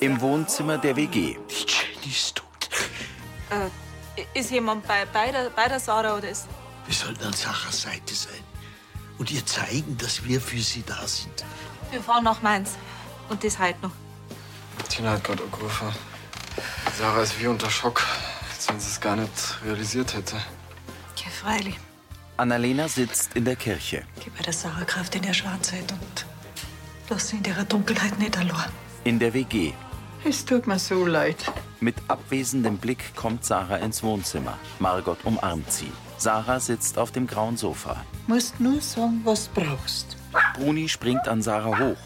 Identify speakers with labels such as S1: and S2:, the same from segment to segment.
S1: im Wohnzimmer der WG.
S2: Die Jenny ist tot.
S3: Ist jemand bei, bei, der, bei der Sarah oder ist.
S2: Wir sollten an Sachas Seite sein und ihr zeigen, dass wir für sie da sind.
S3: Wir fahren nach Mainz. Und das halt noch.
S4: Tina hat gerade angerufen. Sarah ist wie unter Schock, als wenn sie es gar nicht realisiert hätte.
S5: Ja, freilich.
S1: Annalena sitzt in der Kirche.
S5: Geh bei der Sarah Kraft in der Schwarzheit und lass sie in ihrer Dunkelheit nicht allein.
S1: In der WG.
S5: Es tut mir so leid.
S1: Mit abwesendem Blick kommt Sarah ins Wohnzimmer. Margot umarmt sie. Sarah sitzt auf dem grauen Sofa.
S5: Musst nur sagen, was du brauchst.
S1: Bruni springt an Sarah hoch.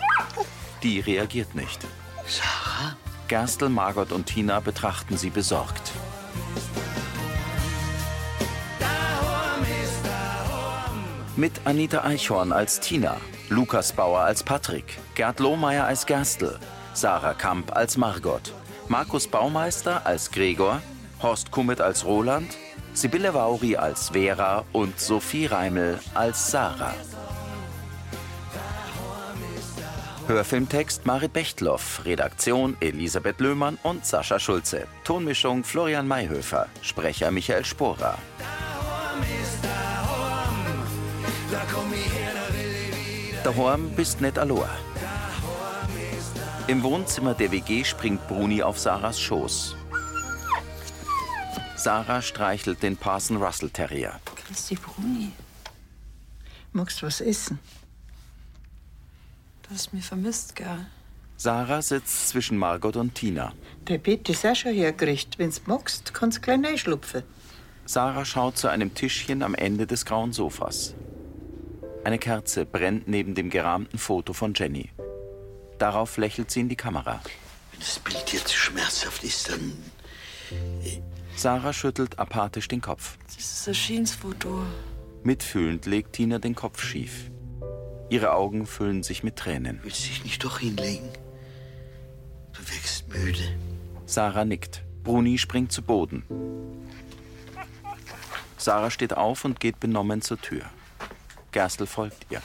S1: Die reagiert nicht.
S2: Sarah?
S1: Gerstl, Margot und Tina betrachten sie besorgt. Mit Anita Eichhorn als Tina, Lukas Bauer als Patrick, Gerd Lohmeier als Gerstl, Sarah Kamp als Margot, Markus Baumeister als Gregor, Horst Kummet als Roland, Sibylle Vauri als Vera und Sophie Reimel als Sarah. Hörfilmtext Marit Bechtloff, Redaktion Elisabeth Löhmann und Sascha Schulze, Tonmischung Florian Mayhöfer, Sprecher Michael Sporer. Daheim bist net aloha. Im Wohnzimmer der WG springt Bruni auf Sarahs Schoß. Sarah streichelt den Parson Russell Terrier.
S5: Kannst die Bruni. Magst du was essen?
S6: Du hast mich vermisst, gell?
S1: Sarah sitzt zwischen Margot und Tina.
S5: Der Bett ist auch schon hergerichtet. Wenn's magst, kannst klein einschlupfen.
S1: Sarah schaut zu einem Tischchen am Ende des grauen Sofas. Eine Kerze brennt neben dem gerahmten Foto von Jenny. Darauf lächelt sie in die Kamera.
S2: Wenn das Bild dir zu schmerzhaft ist, dann.
S1: Sarah schüttelt apathisch den Kopf.
S6: Das ist ein schönes Foto.
S1: Mitfühlend legt Tina den Kopf schief. Ihre Augen füllen sich mit Tränen.
S2: Willst du dich nicht doch hinlegen? Du wirkst müde.
S1: Sarah nickt. Bruni springt zu Boden. Sarah steht auf und geht benommen zur Tür. Gerstl folgt ihr.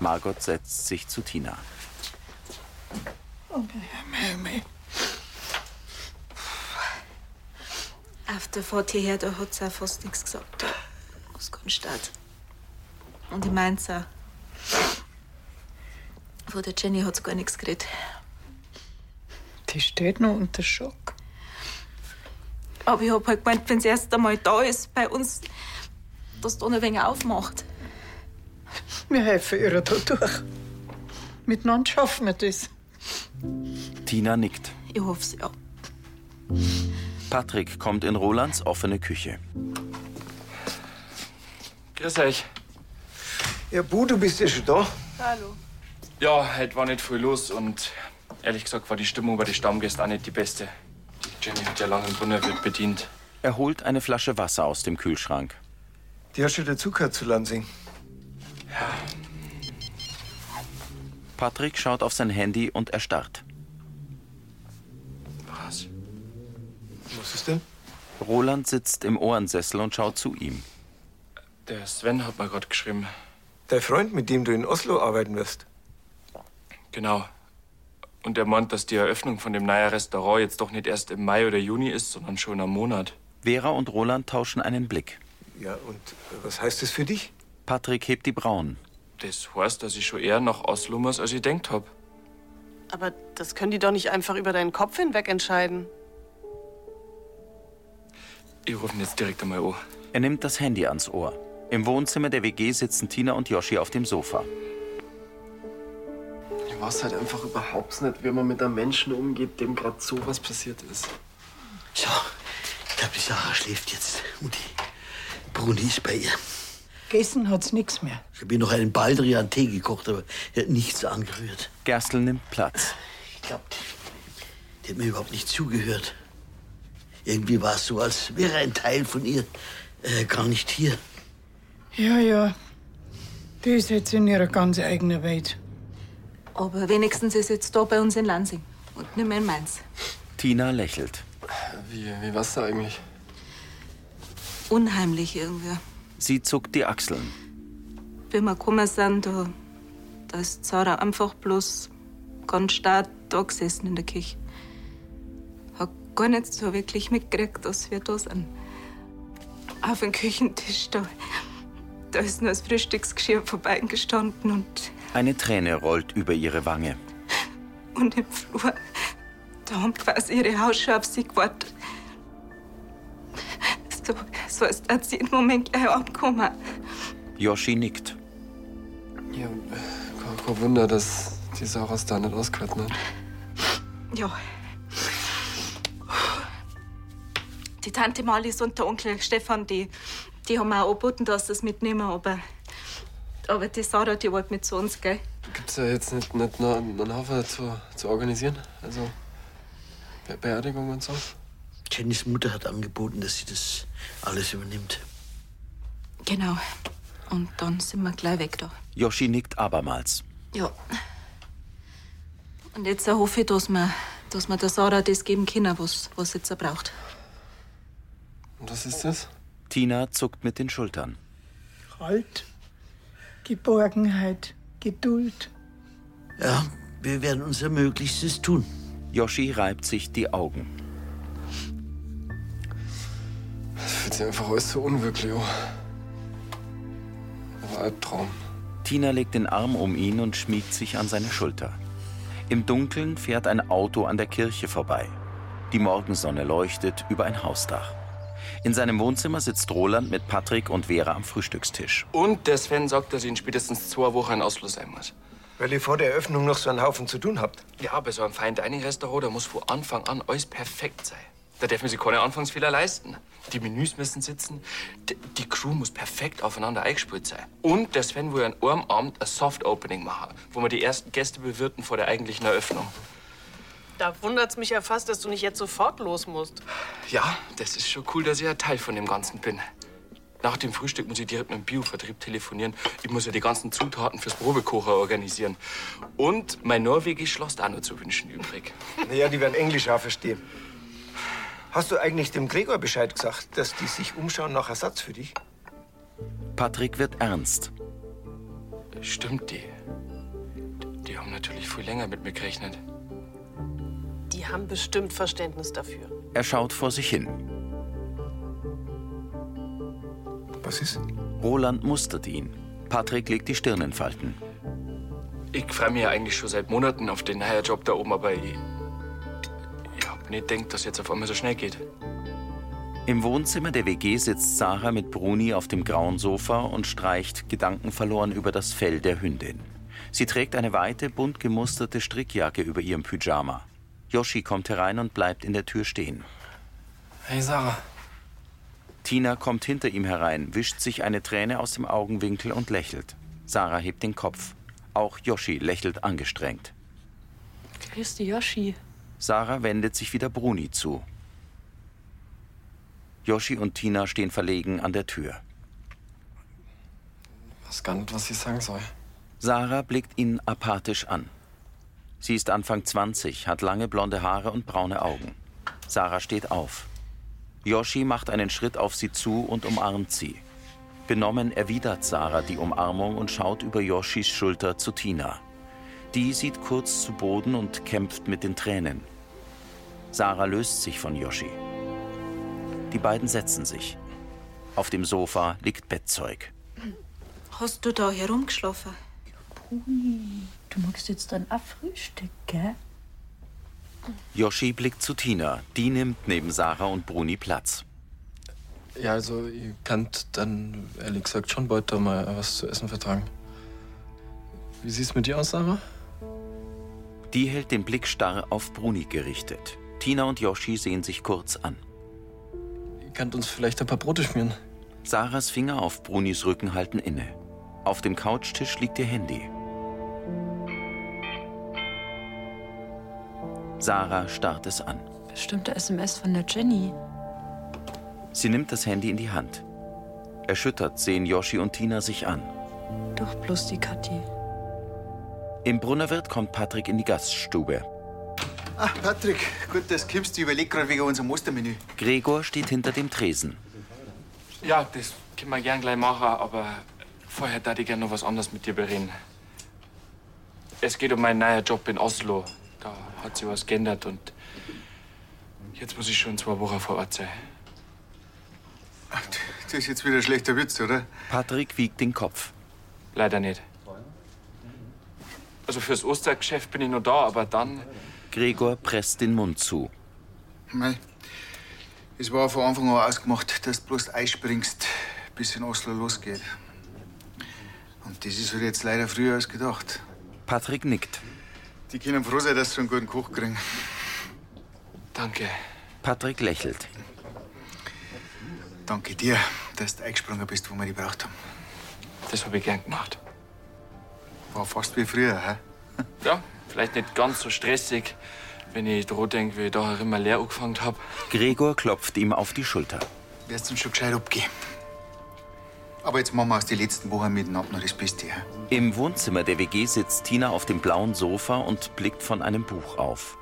S1: Margot setzt sich zu Tina.
S5: Oh, mei, mei.
S3: Auf der Fahrt hierher, da hat sie auch fast nichts gesagt. Aus Konstadt. Und ich meint's auch. Von der Jenny hat sie gar nichts geredet.
S5: Die steht noch unter Schock.
S3: Aber ich hab halt gemeint, wenn's erst einmal da ist, bei uns, dass da noch ein wenig aufmacht.
S5: Wir helfen ihr da durch. Miteinander schaffen wir das.
S1: Tina nickt.
S3: Ich hoff's ja.
S1: Patrick kommt in Rolands offene Küche.
S4: Grüß euch.
S7: Ja, Bu, du bist ja schon da.
S3: Hallo.
S4: Ja, heute war nicht viel los und ehrlich gesagt war die Stimmung bei den Stammgästen auch nicht die beste. Die Jenny hat ja lange im Brunnerwirt bedient.
S1: Er holt eine Flasche Wasser aus dem Kühlschrank.
S7: Die hast du dazu gehört zu Lansing.
S1: Patrick schaut auf sein Handy und erstarrt.
S4: Was?
S7: Was ist denn?
S1: Roland sitzt im Ohrensessel und schaut zu ihm.
S4: Der Sven hat mir gerade geschrieben.
S7: Dein Freund, mit dem du in Oslo arbeiten wirst.
S4: Genau. Und er meint, dass die Eröffnung von dem neuen Restaurant jetzt doch nicht erst im Mai oder Juni ist, sondern schon am Monat.
S1: Vera und Roland tauschen einen Blick.
S7: Ja, und äh, was heißt das für dich?
S1: Patrick hebt die Brauen.
S4: Das heißt, dass ich schon eher nach Oslo muss, als ich denkt hab.
S8: Aber das können die doch nicht einfach über deinen Kopf hinweg entscheiden.
S4: Ich rufe ihn jetzt direkt einmal an.
S1: Er nimmt das Handy ans Ohr. Im Wohnzimmer der WG sitzen Tina und Yoshi auf dem Sofa.
S9: Ich weiß halt einfach überhaupt nicht, wie man mit einem Menschen umgeht, dem gerade so was passiert ist.
S2: So, ich glaube, die Sarah schläft jetzt. Und die Bruni ist bei ihr.
S5: Gegessen hat's nichts mehr.
S2: Ich habe ihr noch einen Baldrian-Tee gekocht, aber er hat nichts angerührt.
S1: Gerstl nimmt Platz.
S2: Ich glaube, die, die hat mir überhaupt nicht zugehört. Irgendwie war es so, als wäre ein Teil von ihr äh, gar nicht hier.
S5: Ja, ja. Die ist jetzt in ihrer ganz eigenen Welt.
S3: Aber wenigstens ist jetzt da bei uns in Lansing und nicht mehr in Mainz.
S1: Tina lächelt.
S4: Wie, wie war's da eigentlich?
S3: Unheimlich irgendwie.
S1: Sie zuckt die Achseln.
S3: Wie wir gekommen sind, da, da ist Sarah einfach bloß ganz stark
S10: da gesessen in der Küche. Hab gar nicht so wirklich mitgekriegt, dass wir da sind. Auf dem Küchentisch da. Da ist nur das Frühstücksgeschirr vorbeigestanden und,
S1: Eine Träne rollt über ihre Wange.
S10: und im Flur. Da haben quasi ihre Hausschuhe auf sie gewartet. So, so als dass sie im Moment gleich ankommen.
S1: Yoshi nickt.
S7: Ja, kein, kein Wunder, dass die Sauras da nicht ausgehalten hat.
S10: Ja. Die Tante Malis und der Onkel Stefan, die, die haben auch angeboten, dass sie es mitnehmen, aber, aber die Sarah, die wollte mit zu uns, gell?
S7: Gibt's ja jetzt nicht, nicht noch einen einen Haufen zu, zu organisieren? Also Be Beerdigung und so?
S2: Jennys Mutter hat angeboten, dass sie das alles übernimmt.
S10: Genau. Und dann sind wir gleich weg da.
S1: Yoshi nickt abermals.
S10: Ja. Und jetzt hoffe ich, dass wir, dass wir der Sarah das geben können, was, was jetzt er braucht.
S7: Und was ist das?
S1: Tina zuckt mit den Schultern.
S5: Halt, Geborgenheit, Geduld.
S2: Ja, wir werden unser Möglichstes tun.
S1: Yoshi reibt sich die Augen.
S7: Das fühlt sich einfach alles so unwirklich an. Aber Albtraum.
S1: Tina legt den Arm um ihn und schmiegt sich an seine Schulter. Im Dunkeln fährt ein Auto an der Kirche vorbei. Die Morgensonne leuchtet über ein Hausdach. In seinem Wohnzimmer sitzt Roland mit Patrick und Vera am Frühstückstisch.
S4: Und der Sven sagt, dass ich in spätestens zwei Wochen ein Ausflug sein muss.
S11: Weil ihr vor der Eröffnung noch so einen Haufen zu tun habt.
S4: Ja, bei so einem feinen Dining-Restaurant, da muss von Anfang an alles perfekt sein. Da dürfen sie keine Anfangsfehler leisten. Die Menüs müssen sitzen, d- die Crew muss perfekt aufeinander eingespielt sein. Und der Sven will an einem Abend ein Soft-Opening machen, wo wir die ersten Gäste bewirten vor der eigentlichen Eröffnung.
S8: Da wundert's mich ja fast, dass du nicht jetzt sofort los musst.
S4: Ja, das ist schon cool, dass ich ein Teil von dem Ganzen bin. Nach dem Frühstück muss ich direkt mit dem Biovertrieb telefonieren. Ich muss ja die ganzen Zutaten fürs Probekocher organisieren. Und mein Norwegisch lässt auch nur zu wünschen übrig.
S11: Naja, die werden Englisch auch verstehen. Hast du eigentlich dem Gregor Bescheid gesagt, dass die sich umschauen nach Ersatz für dich?
S1: Patrick wird ernst.
S4: Stimmt die? Die haben natürlich viel länger mit mir gerechnet.
S8: Die haben bestimmt Verständnis dafür.
S1: Er schaut vor sich hin.
S11: Was ist?
S1: Roland mustert ihn. Patrick legt die Stirn in Falten.
S4: Ich freue mich ja eigentlich schon seit Monaten auf den neuen Job da oben, aber ich, ich hab nicht gedacht, dass jetzt auf einmal so schnell geht.
S1: Im Wohnzimmer der WG sitzt Sarah mit Bruni auf dem grauen Sofa und streicht gedankenverloren über das Fell der Hündin. Sie trägt eine weite, bunt gemusterte Strickjacke über ihrem Pyjama. Yoshi kommt herein und bleibt in der Tür stehen.
S7: Hey Sarah.
S1: Tina kommt hinter ihm herein, wischt sich eine Träne aus dem Augenwinkel und lächelt. Sarah hebt den Kopf. Auch Yoshi lächelt angestrengt.
S6: Grüß dich, Yoshi.
S1: Sarah wendet sich wieder Bruni zu. Yoshi und Tina stehen verlegen an der Tür.
S7: Weiß gar nicht, was ich sagen soll.
S1: Sarah blickt ihn apathisch an. Sie ist Anfang 20, hat lange blonde Haare und braune Augen. Sarah steht auf. Yoshi macht einen Schritt auf sie zu und umarmt sie. Benommen erwidert Sarah die Umarmung und schaut über Yoshis Schulter zu Tina. Die sieht kurz zu Boden und kämpft mit den Tränen. Sarah löst sich von Yoshi. Die beiden setzen sich. Auf dem Sofa liegt Bettzeug.
S10: Hast du da herumgeschlafen?
S12: Du magst jetzt dann auch Frühstück, gell?
S1: Yoshi blickt zu Tina. Die nimmt neben Sarah und Bruni Platz.
S7: Ja, also ihr könnt dann ehrlich gesagt schon bald da mal was zu essen vertragen. Wie sieht's mit dir aus, Sarah?
S1: Die hält den Blick starr auf Bruni gerichtet. Tina und Yoshi sehen sich kurz an.
S7: Ihr könnt uns vielleicht ein paar Brote schmieren.
S1: Sarahs Finger auf Brunis Rücken halten inne. Auf dem Couchtisch liegt ihr Handy. Sarah starrt es an.
S6: Bestimmte SMS von der Jenny.
S1: Sie nimmt das Handy in die Hand. Erschüttert sehen Yoshi und Tina sich an.
S6: Doch bloß die Kathi.
S1: Im Brunnerwirt kommt Patrick in die Gaststube.
S13: Ah,
S14: Ach, Patrick, gut, dass du kippst. Ich überleg gerade wegen unserem Mustermenü.
S1: Gregor steht hinter dem Tresen.
S4: Ja, das können wir gern gleich machen, aber vorher darf ich gern noch was anderes mit dir bereden. Es geht um meinen neuen Job in Oslo. Da hat sich was geändert und jetzt muss ich schon zwei Wochen vor Ort sein.
S13: Das ist jetzt wieder ein schlechter Witz, oder?
S1: Patrick wiegt den Kopf.
S4: Leider nicht. Also fürs Ostergeschäft bin ich nur da, aber dann.
S1: Gregor presst den Mund zu.
S13: Mei. Es war von Anfang an ausgemacht, dass du bloß einspringst, bis in Oslo losgeht. Und das ist halt jetzt leider früher als gedacht.
S1: Patrick nickt.
S13: Die können froh sein, dass sie einen guten Koch kriegen.
S4: Danke.
S1: Patrick lächelt.
S13: Danke dir, dass du eingesprungen bist, wo wir die braucht haben.
S4: Das habe ich gern gemacht.
S13: War fast wie früher, hä?
S4: Ja, vielleicht nicht ganz so stressig, wenn ich daran denke, wie ich da immer leer angefangen habe.
S1: Gregor klopft ihm auf die Schulter.
S13: Wärst du schon gescheit abgehen. Aber jetzt machen wir aus den letzten Wochen miteinander noch das Beste, hä?
S1: Im Wohnzimmer der WG sitzt Tina auf dem blauen Sofa und blickt von einem Buch auf.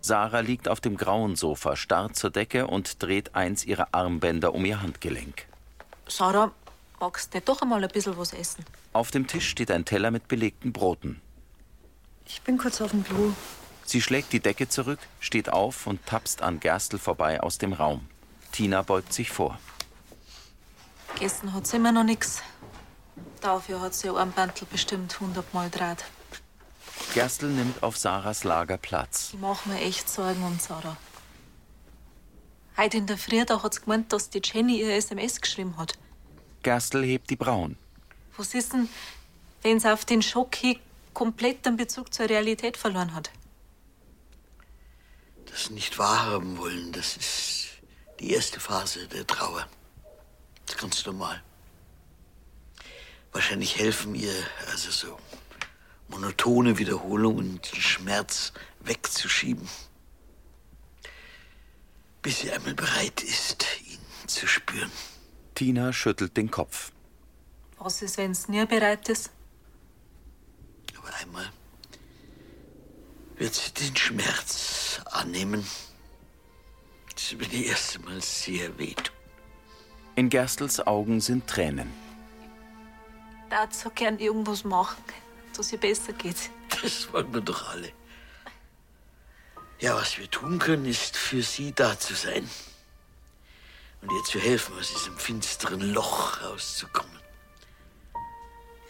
S1: Sarah liegt auf dem grauen Sofa, starr zur Decke und dreht eins ihrer Armbänder um ihr Handgelenk.
S10: Sarah, magst nicht doch einmal ein bisschen was essen?
S1: Auf dem Tisch steht ein Teller mit belegten Broten.
S6: Ich bin kurz auf dem Klo.
S1: Sie schlägt die Decke zurück, steht auf und tapst an Gerstl vorbei aus dem Raum. Tina beugt sich vor.
S10: Gegessen hat sie immer noch nichts. Dafür hat sie ihr Armbandel bestimmt hundertmal draht.
S1: Gerstl nimmt auf Sarahs Lager Platz.
S10: Ich mach mir echt Sorgen um Sarah. Heute in der Früh da hat's gemeint, dass die Jenny ihr SMS geschrieben hat.
S1: Gerstl hebt die Brauen.
S10: Was ist denn, wenn's auf den Schock hin komplett den Bezug zur Realität verloren hat?
S2: Das nicht wahrhaben wollen, das ist die erste Phase der Trauer. Das ist ganz normal. Wahrscheinlich helfen ihr also so monotone Wiederholungen, den Schmerz wegzuschieben. Bis sie einmal bereit ist, ihn zu spüren.
S1: Tina schüttelt den Kopf.
S10: Was ist, wenn's nie bereit ist?
S2: Aber einmal wird sie den Schmerz annehmen. Das wird ihr erst einmal sehr wehtun.
S1: In Gerstels Augen sind Tränen.
S10: Da hat so gern irgendwas machen, dass ihr besser geht.
S2: Das wollen wir doch alle. Ja, was wir tun können, ist für sie da zu sein. Und ihr zu helfen, aus diesem finsteren Loch rauszukommen.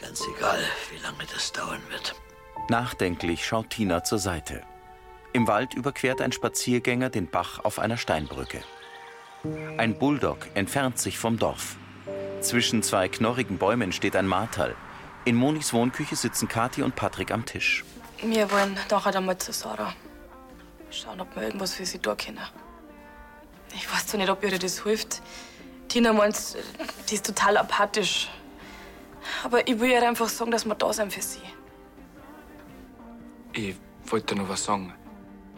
S2: Ganz egal, wie lange das dauern wird.
S1: Nachdenklich schaut Tina zur Seite. Im Wald überquert ein Spaziergänger den Bach auf einer Steinbrücke. Ein Bulldog entfernt sich vom Dorf. Zwischen zwei knorrigen Bäumen steht ein Martal. In Monis Wohnküche sitzen Kathi und Patrick am Tisch.
S15: Wir wollen nachher einmal zu Sarah. Schauen, ob wir irgendwas für sie tun können. Ich weiß zwar nicht, ob ihr das hilft. Tina meint, die ist total apathisch. Aber ich will ihr einfach sagen, dass wir da sind für sie.
S4: Ich wollte dir noch was sagen.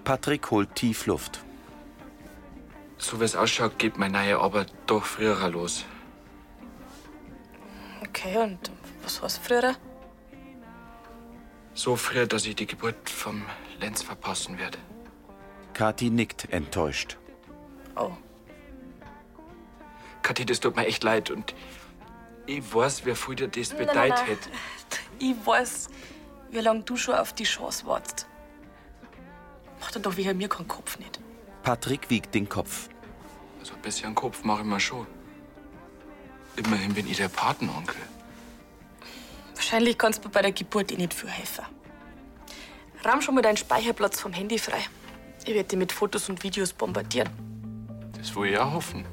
S1: Patrick holt tief Luft.
S4: So wie es ausschaut, geht meine neue Arbeit doch früher los.
S15: Okay, und was war's früher?
S4: So früh, dass ich die Geburt vom Lenz verpassen werde.
S1: Kathi nickt enttäuscht.
S15: Oh.
S4: Kathi, das tut mir echt leid und ich weiß, wie viel dir das bedeutet
S15: nein.
S4: hätte.
S15: Ich weiß, wie lange du schon auf die Chance wartest. Mach dir doch wegen mir keinen Kopf nicht.
S1: Patrick wiegt den Kopf.
S4: Also ein bisschen Kopf mache ich mir schon. Immerhin bin ich der Patenonkel.
S15: Wahrscheinlich kannst du mir bei der Geburt eh nicht viel helfen. Rahm schon mal deinen Speicherplatz vom Handy frei. Ich werde dich mit Fotos und Videos bombardieren.
S4: Das will ich auch hoffen.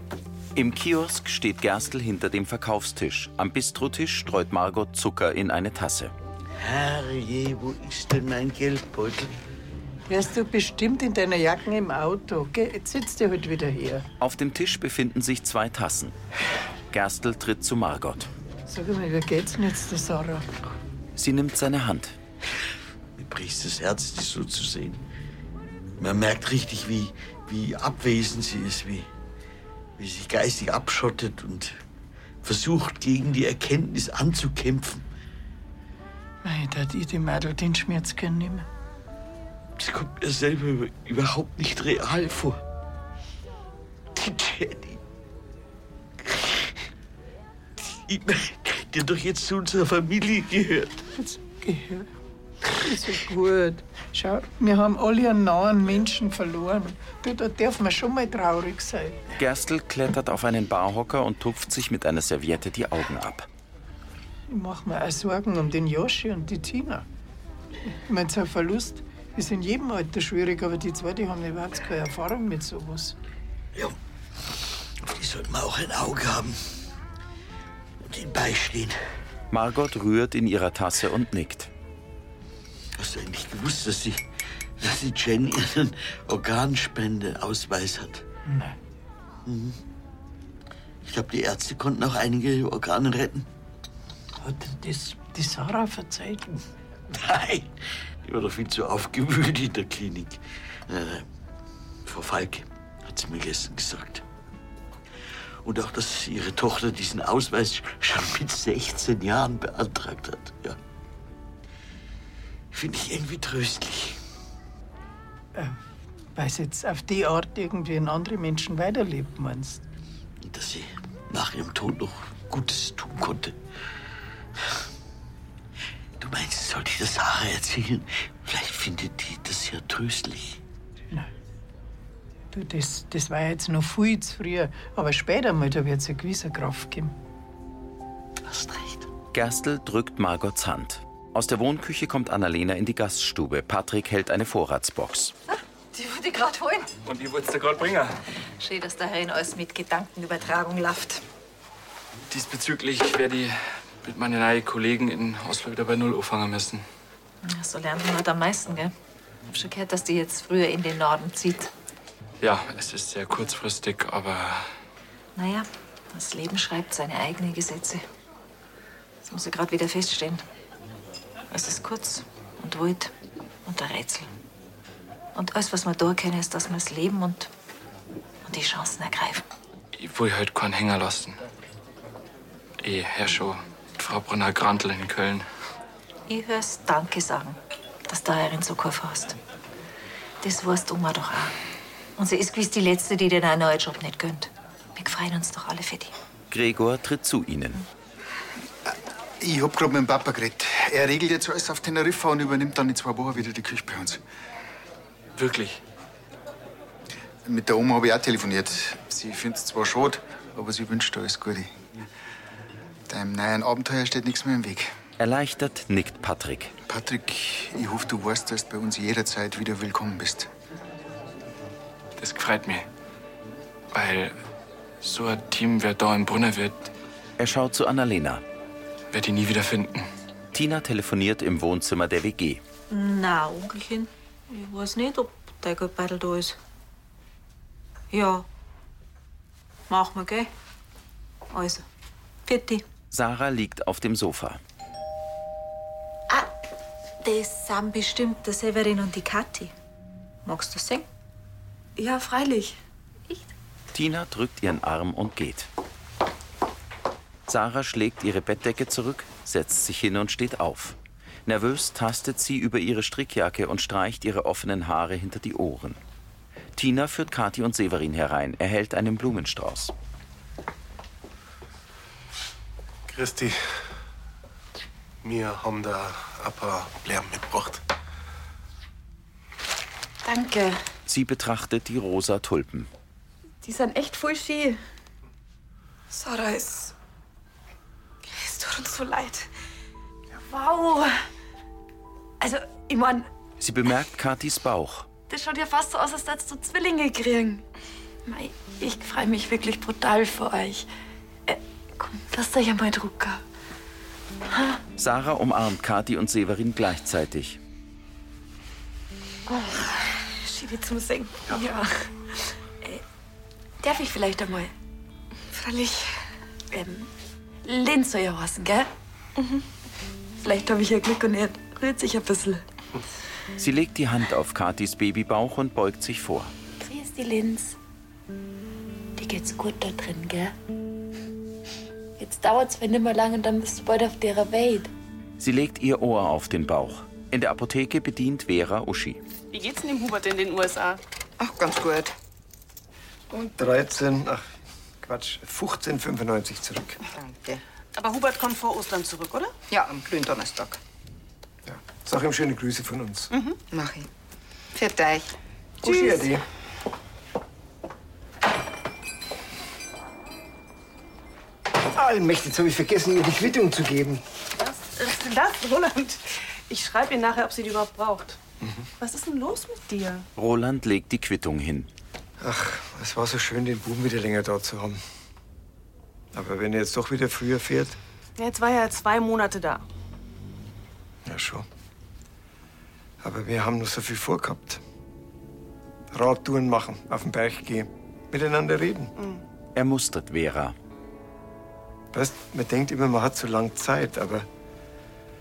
S1: Im Kiosk steht Gerstl hinter dem Verkaufstisch. Am Bistrotisch streut Margot Zucker in eine Tasse.
S2: Herrje, wo ist denn mein Geldbeutel?
S5: Wärst du bestimmt in deiner Jacke im Auto, gell? Jetzt sitzt du heute wieder hier.
S1: Auf dem Tisch befinden sich zwei Tassen. Gerstl tritt zu Margot.
S5: Sag mal, wie geht's denn jetzt, der Sarah?
S1: Sie nimmt seine Hand.
S2: Mir bricht das Herz, die so zu sehen. Man merkt richtig, wie, wie abwesend sie ist, wie, wie sie sich geistig abschottet und versucht, gegen die Erkenntnis anzukämpfen.
S5: Mei, da hat ich dem Mädel den Schmerz gern nehmen.
S2: Das kommt mir selber über- überhaupt nicht real vor. Die Jenny. Die, die hat doch jetzt zu unserer Familie gehört.
S5: Gehör. Ist ja gut. Schau, wir haben alle einen nahen Menschen verloren. Du, da darf man schon mal traurig sein.
S1: Gerstl klettert auf einen Barhocker und tupft sich mit einer Serviette die Augen ab.
S5: Ich mache mir auch Sorgen um den Joschi und die Tina. Ich meine, so ein Verlust ist in jedem Alter schwierig, aber die zwei, die haben überhaupt keine Erfahrung mit sowas.
S2: Auf die sollten wir auch ein Auge haben. Und ihnen beistehen.
S1: Margot rührt in ihrer Tasse und nickt.
S2: Hast du eigentlich gewusst, dass die, dass die Jen ihren Organspendeausweis hat?
S5: Nein.
S2: Mhm. Ich glaube, die Ärzte konnten auch einige Organe retten.
S5: Hat das die Sarah verzeiht?
S2: Nein, die war doch viel zu aufgewühlt in der Klinik. Nein, nein. Frau Falke hat sie mir gestern gesagt. Und auch, dass ihre Tochter diesen Ausweis schon mit 16 Jahren beantragt hat. Ja. Finde ich irgendwie tröstlich.
S5: Weil es jetzt auf die Art irgendwie in andere Menschen weiterlebt, meinst
S2: Und dass sie nach ihrem Tod noch Gutes tun konnte. Du meinst, sollte ich der Sarah erzählen? Vielleicht findet die das ja tröstlich.
S5: du? Das, das war jetzt noch viel zu früh, aber später mal, da wird es eine gewisse Kraft geben.
S1: Gerstl drückt Margots Hand. Aus der Wohnküche kommt Annalena in die Gaststube. Patrick hält eine Vorratsbox.
S10: Die würde ich gerade holen.
S4: Und ich wollt's dir gerade bringen.
S10: Schön, dass der Herrin alles mit Gedankenübertragung läuft.
S4: Diesbezüglich werde ich mit meinen neuen Kollegen in Oslo wieder bei Null anfangen müssen.
S10: Ja, So lernt man halt am meisten, gell? Ich hab schon gehört, dass die jetzt früher in den Norden zieht.
S4: Ja, es ist sehr kurzfristig, aber
S10: Naja, das Leben schreibt seine eigenen Gesetze. Das muss ich gerade wieder feststellen. Es ist kurz und wild und ein Rätsel. Und alles, was man da kennen, ist, dass man das Leben und, und die Chancen ergreifen.
S4: ich will halt keinen Hänger lassen. Ich hör schon die Frau Brunner-Grantl in Köln.
S10: Ich hör's Danke sagen, dass du Herrin so geholfen hast. Das weißt Oma doch auch. Und sie ist gewiss die Letzte, die dir einen neuen Job nicht gönnt. Wir freuen uns doch alle für dich.
S1: Gregor tritt zu ihnen.
S13: Ich hab grad mit dem Papa geredet. Er regelt jetzt alles auf Teneriffa und übernimmt dann in zwei Wochen wieder die Küche bei uns.
S4: Wirklich?
S13: Mit der Oma habe ich auch telefoniert. Sie find's zwar schade, aber sie wünscht dir alles Gute. Deinem neuen Abenteuer steht nichts mehr im Weg.
S1: Erleichtert nickt Patrick.
S13: Patrick, ich hoffe, du weißt, dass du bei uns jederzeit wieder willkommen bist.
S4: Das gefreut mich. Weil so ein Team, wer da im Brunner wird,
S1: Er schaut zu Annalena.
S4: Werd ihn nie wieder finden.
S1: Tina telefoniert im Wohnzimmer der WG.
S10: Na, Onkelchen, ich weiß nicht, ob dein Geldbeutel da ist. Ja, machen wir, gell? Also, vierte.
S1: Sarah liegt auf dem Sofa.
S6: Ah,
S10: Das sind bestimmt der Severin und die Kathi. Magst du singen? Ja, freilich.
S1: Tina drückt ihren Arm und geht. Sarah schlägt ihre Bettdecke zurück, setzt sich hin und steht auf. Nervös tastet sie über ihre Strickjacke und streicht ihre offenen Haare hinter die Ohren. Tina führt Kathi und Severin herein, erhält einen Blumenstrauß.
S16: Christi, wir haben da ein paar Blären mitgebracht.
S6: Danke.
S1: Sie betrachtet die rosa Tulpen.
S6: Die sind echt voll schön.
S15: Sarah, es. Es tut uns so leid. Wow!
S6: Also, ich mein,
S1: Sie bemerkt Kathis Bauch.
S6: das schaut ja fast so aus, als hättest du Zwillinge kriegen. Mei, ich freue mich wirklich brutal für euch. Äh, komm, lasst euch einmal Drucker.
S1: Sarah umarmt Kathi und Severin gleichzeitig.
S6: Oh, Schiebe zum Singen. Ja. Äh, darf ich vielleicht einmal? Freilich. Ähm, Lehn soll ja heißen, gell? Mhm. Vielleicht habe ich ja Glück und er rührt sich ein bisschen.
S1: Sie legt die Hand auf Kathis Babybauch und beugt sich vor.
S6: Hier ist die Linz. Dir geht's gut da drin, gell? Jetzt dauert's zwar nicht mehr lange und dann bist du bald auf derer Welt.
S1: Sie legt ihr Ohr auf den Bauch. In der Apotheke bedient Vera Uschi.
S8: Wie geht's denn dem Hubert in den USA?
S7: Ach, ganz gut. Und 13, ach Quatsch, 1595 zurück.
S8: Aber Hubert kommt vor Ostern zurück, oder?
S17: Ja, am grünen Donnerstag.
S7: Sag ihm schöne Grüße von uns.
S18: Mhm. Mach ich. Für dich.
S7: Uschi, Ade. Allmächtig, jetzt habe ich vergessen, ihr die Quittung zu geben.
S8: Was ist denn das, Roland? Ich schreibe ihr nachher, ob sie die überhaupt braucht. Was ist denn los mit dir?
S1: Roland legt die Quittung hin.
S7: Ach, es war so schön, den Buben wieder länger da zu haben. Aber wenn er jetzt doch wieder früher fährt,
S8: Ja, Jetzt war er zwei Monate da.
S7: ja schon. Aber wir haben noch so viel vorgehabt. Radtouren machen, auf den Berg gehen, miteinander reden.
S1: Er mustert Vera.
S7: Weißt, man denkt immer, man hat so lange Zeit, aber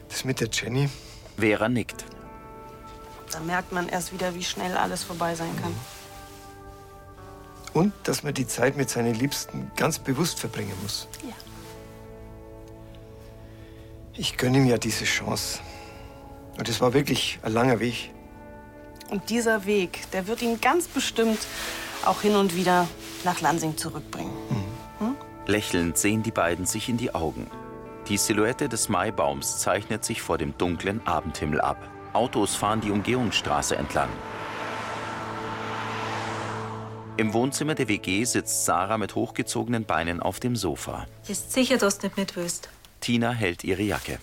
S7: das mit der Jenny,
S1: Vera nickt.
S8: Da merkt man erst wieder, wie schnell alles vorbei sein kann.
S7: Und dass man die Zeit mit seinen Liebsten ganz bewusst verbringen muss.
S8: Ja.
S7: Ich gönne ihm ja diese Chance. Und es war wirklich ein langer Weg.
S8: Und dieser Weg, der wird ihn ganz bestimmt auch hin und wieder nach Lansing zurückbringen.
S1: Lächelnd sehen die beiden sich in die Augen. Die Silhouette des Maibaums zeichnet sich vor dem dunklen Abendhimmel ab. Autos fahren die Umgehungsstraße entlang. Im Wohnzimmer der WG sitzt Sarah mit hochgezogenen Beinen auf dem Sofa.
S10: Ist sicher, dass du nicht mit willst.
S1: Tina hält ihre Jacke.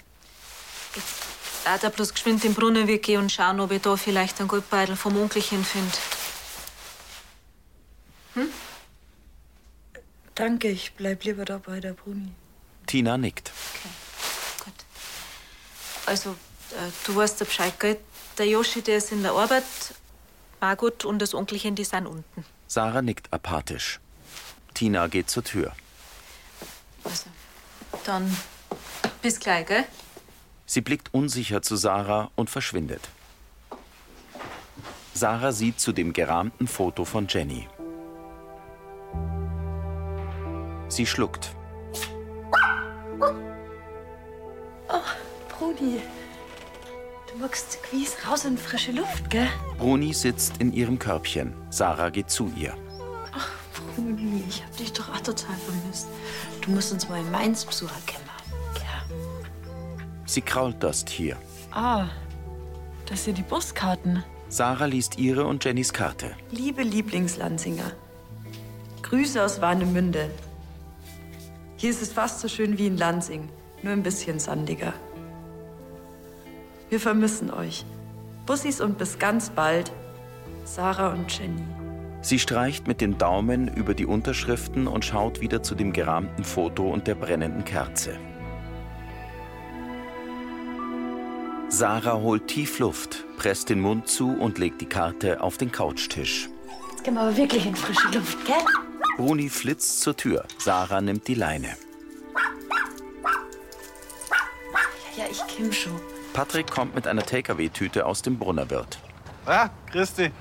S10: Da da bloß geschwind im Brunnen wirklich und schauen, ob ich da vielleicht einen Goldbeutel vom Onkelchen finde.
S19: Danke, ich bleib lieber da bei der Bruni.
S1: Tina nickt.
S10: Also, äh, du weißt ja Bescheid, gell? Der Joschi, der ist in der Arbeit. Margot und das Onkelchen, die sind unten.
S1: Sarah nickt apathisch. Tina geht zur Tür.
S10: Dann bis gleich, gell?
S1: Sie blickt unsicher zu Sarah und verschwindet. Sarah sieht zu dem gerahmten Foto von Jenny. Sie schluckt.
S20: Oh, Bruni. Du magst gewiss raus in frische Luft, gell?
S1: Bruni sitzt in ihrem Körbchen. Sarah geht zu ihr.
S20: Bruni, ich hab dich doch auch total vermisst.
S6: Du musst uns mal in Mainz besuchen kommen.
S1: Sie krault das Tier.
S6: Ah, das sind die Buskarten.
S1: Sarah liest ihre und Jennys Karte.
S6: Liebe Lieblingslansinger, Grüße aus Warnemünde. Hier ist es fast so schön wie in Lansing, nur ein bisschen sandiger. Wir vermissen euch. Bussis und bis ganz bald, Sarah und Jenny.
S1: Sie streicht mit dem Daumen über die Unterschriften und schaut wieder zu dem gerahmten Foto und der brennenden Kerze. Sarah holt tief Luft, presst den Mund zu und legt die Karte auf den Couchtisch.
S20: Jetzt gehen wir aber wirklich in frische Luft, gell?
S1: Bruni flitzt zur Tür. Sarah nimmt die Leine.
S20: Ja, ja, ich komm schon.
S1: Patrick kommt mit einer Takeaway-Tüte aus dem Brunnerwirt.
S21: Ja, Christi.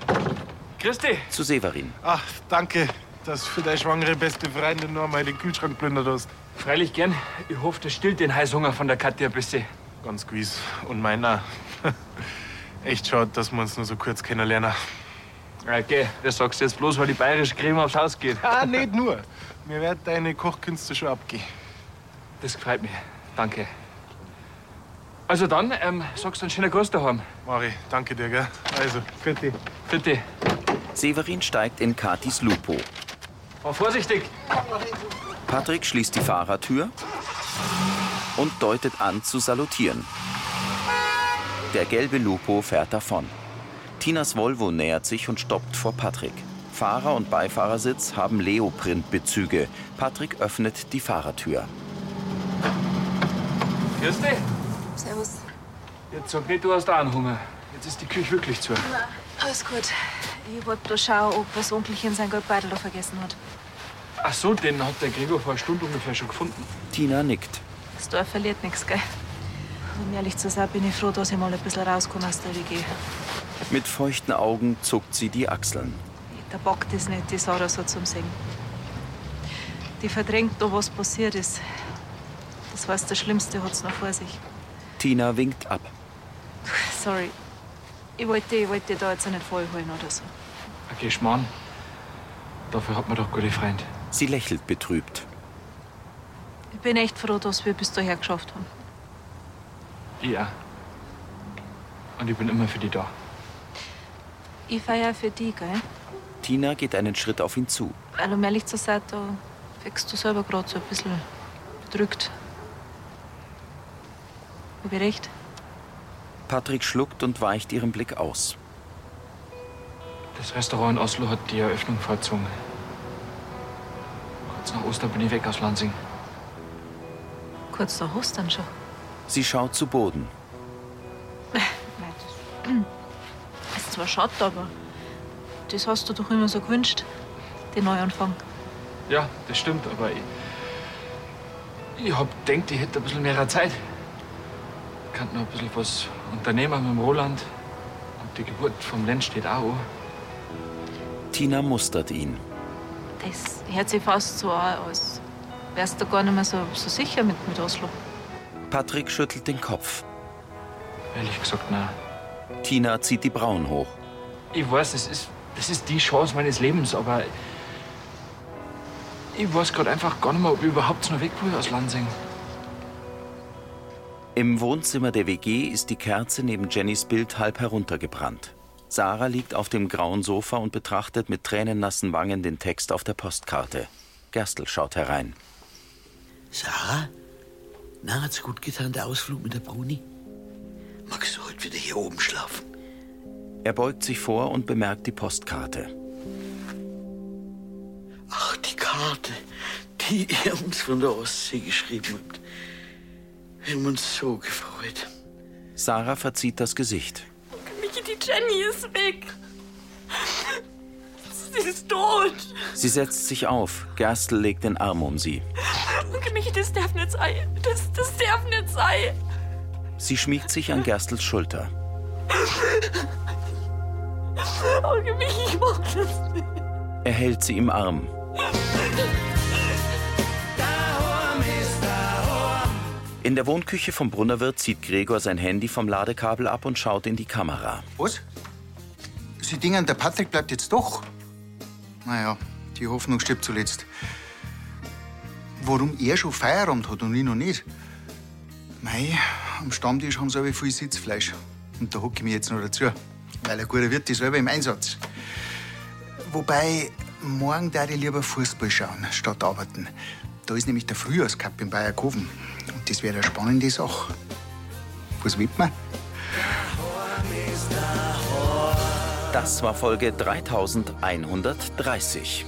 S21: Christi.
S1: Zu Severin.
S21: Ach, danke, dass du für deine schwangere beste Freundin nur mal den Kühlschrank plündert hast.
S4: Freilich gern. Ich hoffe, das stillt den Heißhunger von der Katja ein bisschen.
S21: Ganz gewiss. Und meiner. Echt schade, dass wir uns nur so kurz kennenlernen.
S4: Okay, das sagst du jetzt bloß, weil die bayerische Creme aufs Haus geht.
S21: Ah, nicht nur. Mir werden deine Kochkünste schon abgehen.
S4: Das gefällt mir. Danke. Also dann, ähm, sagst du einen schönen Gruß daheim.
S21: Mari, danke dir, gell? Also, bitte.
S4: Bitte.
S1: Severin steigt in Katis Lupo.
S4: War vorsichtig.
S1: Patrick schließt die Fahrertür und deutet an zu salutieren. Der gelbe Lupo fährt davon. Tinas Volvo nähert sich und stoppt vor Patrick. Fahrer und Beifahrersitz haben Leoprint-Bezüge. Patrick öffnet die Fahrertür.
S4: Christi,
S20: Servus.
S4: jetzt sag nicht, du hast auch einen Hunger. Jetzt ist die Küche wirklich zu.
S10: Alles gut. Ich wollte bloß schauen, ob das Onkelchen sein Goldbeutel da vergessen hat.
S4: Ach so, den hat der Gregor vor einer Stunde ungefähr schon gefunden.
S1: Tina nickt.
S10: Das Dorf verliert nichts, gell? Und um ehrlich zu sein, bin ich froh, dass ich mal ein bisschen rauskomme aus der WG.
S1: Mit feuchten Augen zuckt sie die Achseln.
S10: Der bockt es nicht, die Sarah so zum Singen. Die verdrängt da, was passiert ist. Das weiß der Schlimmste, hat's noch vor sich.
S1: Tina winkt ab.
S10: Sorry. Ich wollte, ich wollte da jetzt auch nicht vollholen oder so.
S4: Okay, Schmarrn. Dafür hat man doch gute Freunde.
S1: Sie lächelt betrübt.
S10: Ich bin echt froh, dass wir bis daher geschafft haben.
S4: Ja. Und ich bin immer für die da.
S10: Ich feier für die, gell?
S1: Tina geht einen Schritt auf ihn zu.
S10: Weil, um ehrlich zu sein, da wirkst du selber gerade so ein bisschen bedrückt. Hab ich recht?
S1: Patrick schluckt und weicht ihren Blick aus.
S4: Das Restaurant in Oslo hat die Eröffnung verzogen. Kurz nach Ostern bin ich weg aus Lansing.
S10: Kurz nach Ostern schon.
S1: Sie schaut zu Boden.
S10: Nein, das ist zwar schade, aber das hast du doch immer so gewünscht, den Neuanfang.
S4: Ja, das stimmt, aber ich, ich hab denkt, ich hätte ein bisschen mehr Zeit. Ich kann noch ein bisschen was unternehmen mit dem Roland. Und die Geburt vom Len steht auch an.
S1: Tina mustert ihn.
S10: Das hört sich fast so an, als wärst du gar nicht mehr so, so sicher mit, mit Oslo.
S1: Patrick schüttelt den Kopf.
S4: Ehrlich gesagt, nein.
S1: Tina zieht die Brauen hoch.
S4: Ich weiß, das ist, das ist die Chance meines Lebens, aber ich weiß gerade einfach gar nicht mehr, ob ich überhaupt noch weg will aus Lansing.
S1: Im Wohnzimmer der WG ist die Kerze neben Jennys Bild halb heruntergebrannt. Sarah liegt auf dem grauen Sofa und betrachtet mit tränennassen Wangen den Text auf der Postkarte. Gerstl schaut herein.
S2: Sarah? Na, hat's gut getan, der Ausflug mit der Bruni? Magst du heute wieder hier oben schlafen?
S1: Er beugt sich vor und bemerkt die Postkarte.
S2: Ach, die Karte, die ihr uns von der Ostsee geschrieben habt. Wir haben uns so gefreut.
S1: Sarah verzieht das Gesicht.
S6: Michi, die Jenny ist weg. Sie ist tot.
S1: Sie setzt sich auf. Gerstl legt den Arm um sie.
S6: Onkel Michi, das darf nicht sein. Das, das darf nicht sein.
S1: Sie schmiegt sich an Gerstls Schulter.
S6: Onkel Michi, ich mach das nicht.
S1: Er hält sie im Arm. In der Wohnküche vom Brunnerwirt zieht Gregor sein Handy vom Ladekabel ab und schaut in die Kamera.
S7: Was? Sie dingen, der Patrick bleibt jetzt doch. Naja, die Hoffnung stirbt zuletzt. Warum er schon Feierabend hat und ich noch nicht? Mei, am Stammtisch haben sie aber viel Sitzfleisch. Und da hocke ich mich jetzt noch dazu. Weil ein guter Wirt ist selber im Einsatz. Wobei, morgen darf ich lieber Fußball schauen, statt arbeiten. Da ist nämlich der Frühjahrscup in Bayerkofen. Und das wäre eine spannende Sache. Was wird man?
S1: Das war Folge 3130.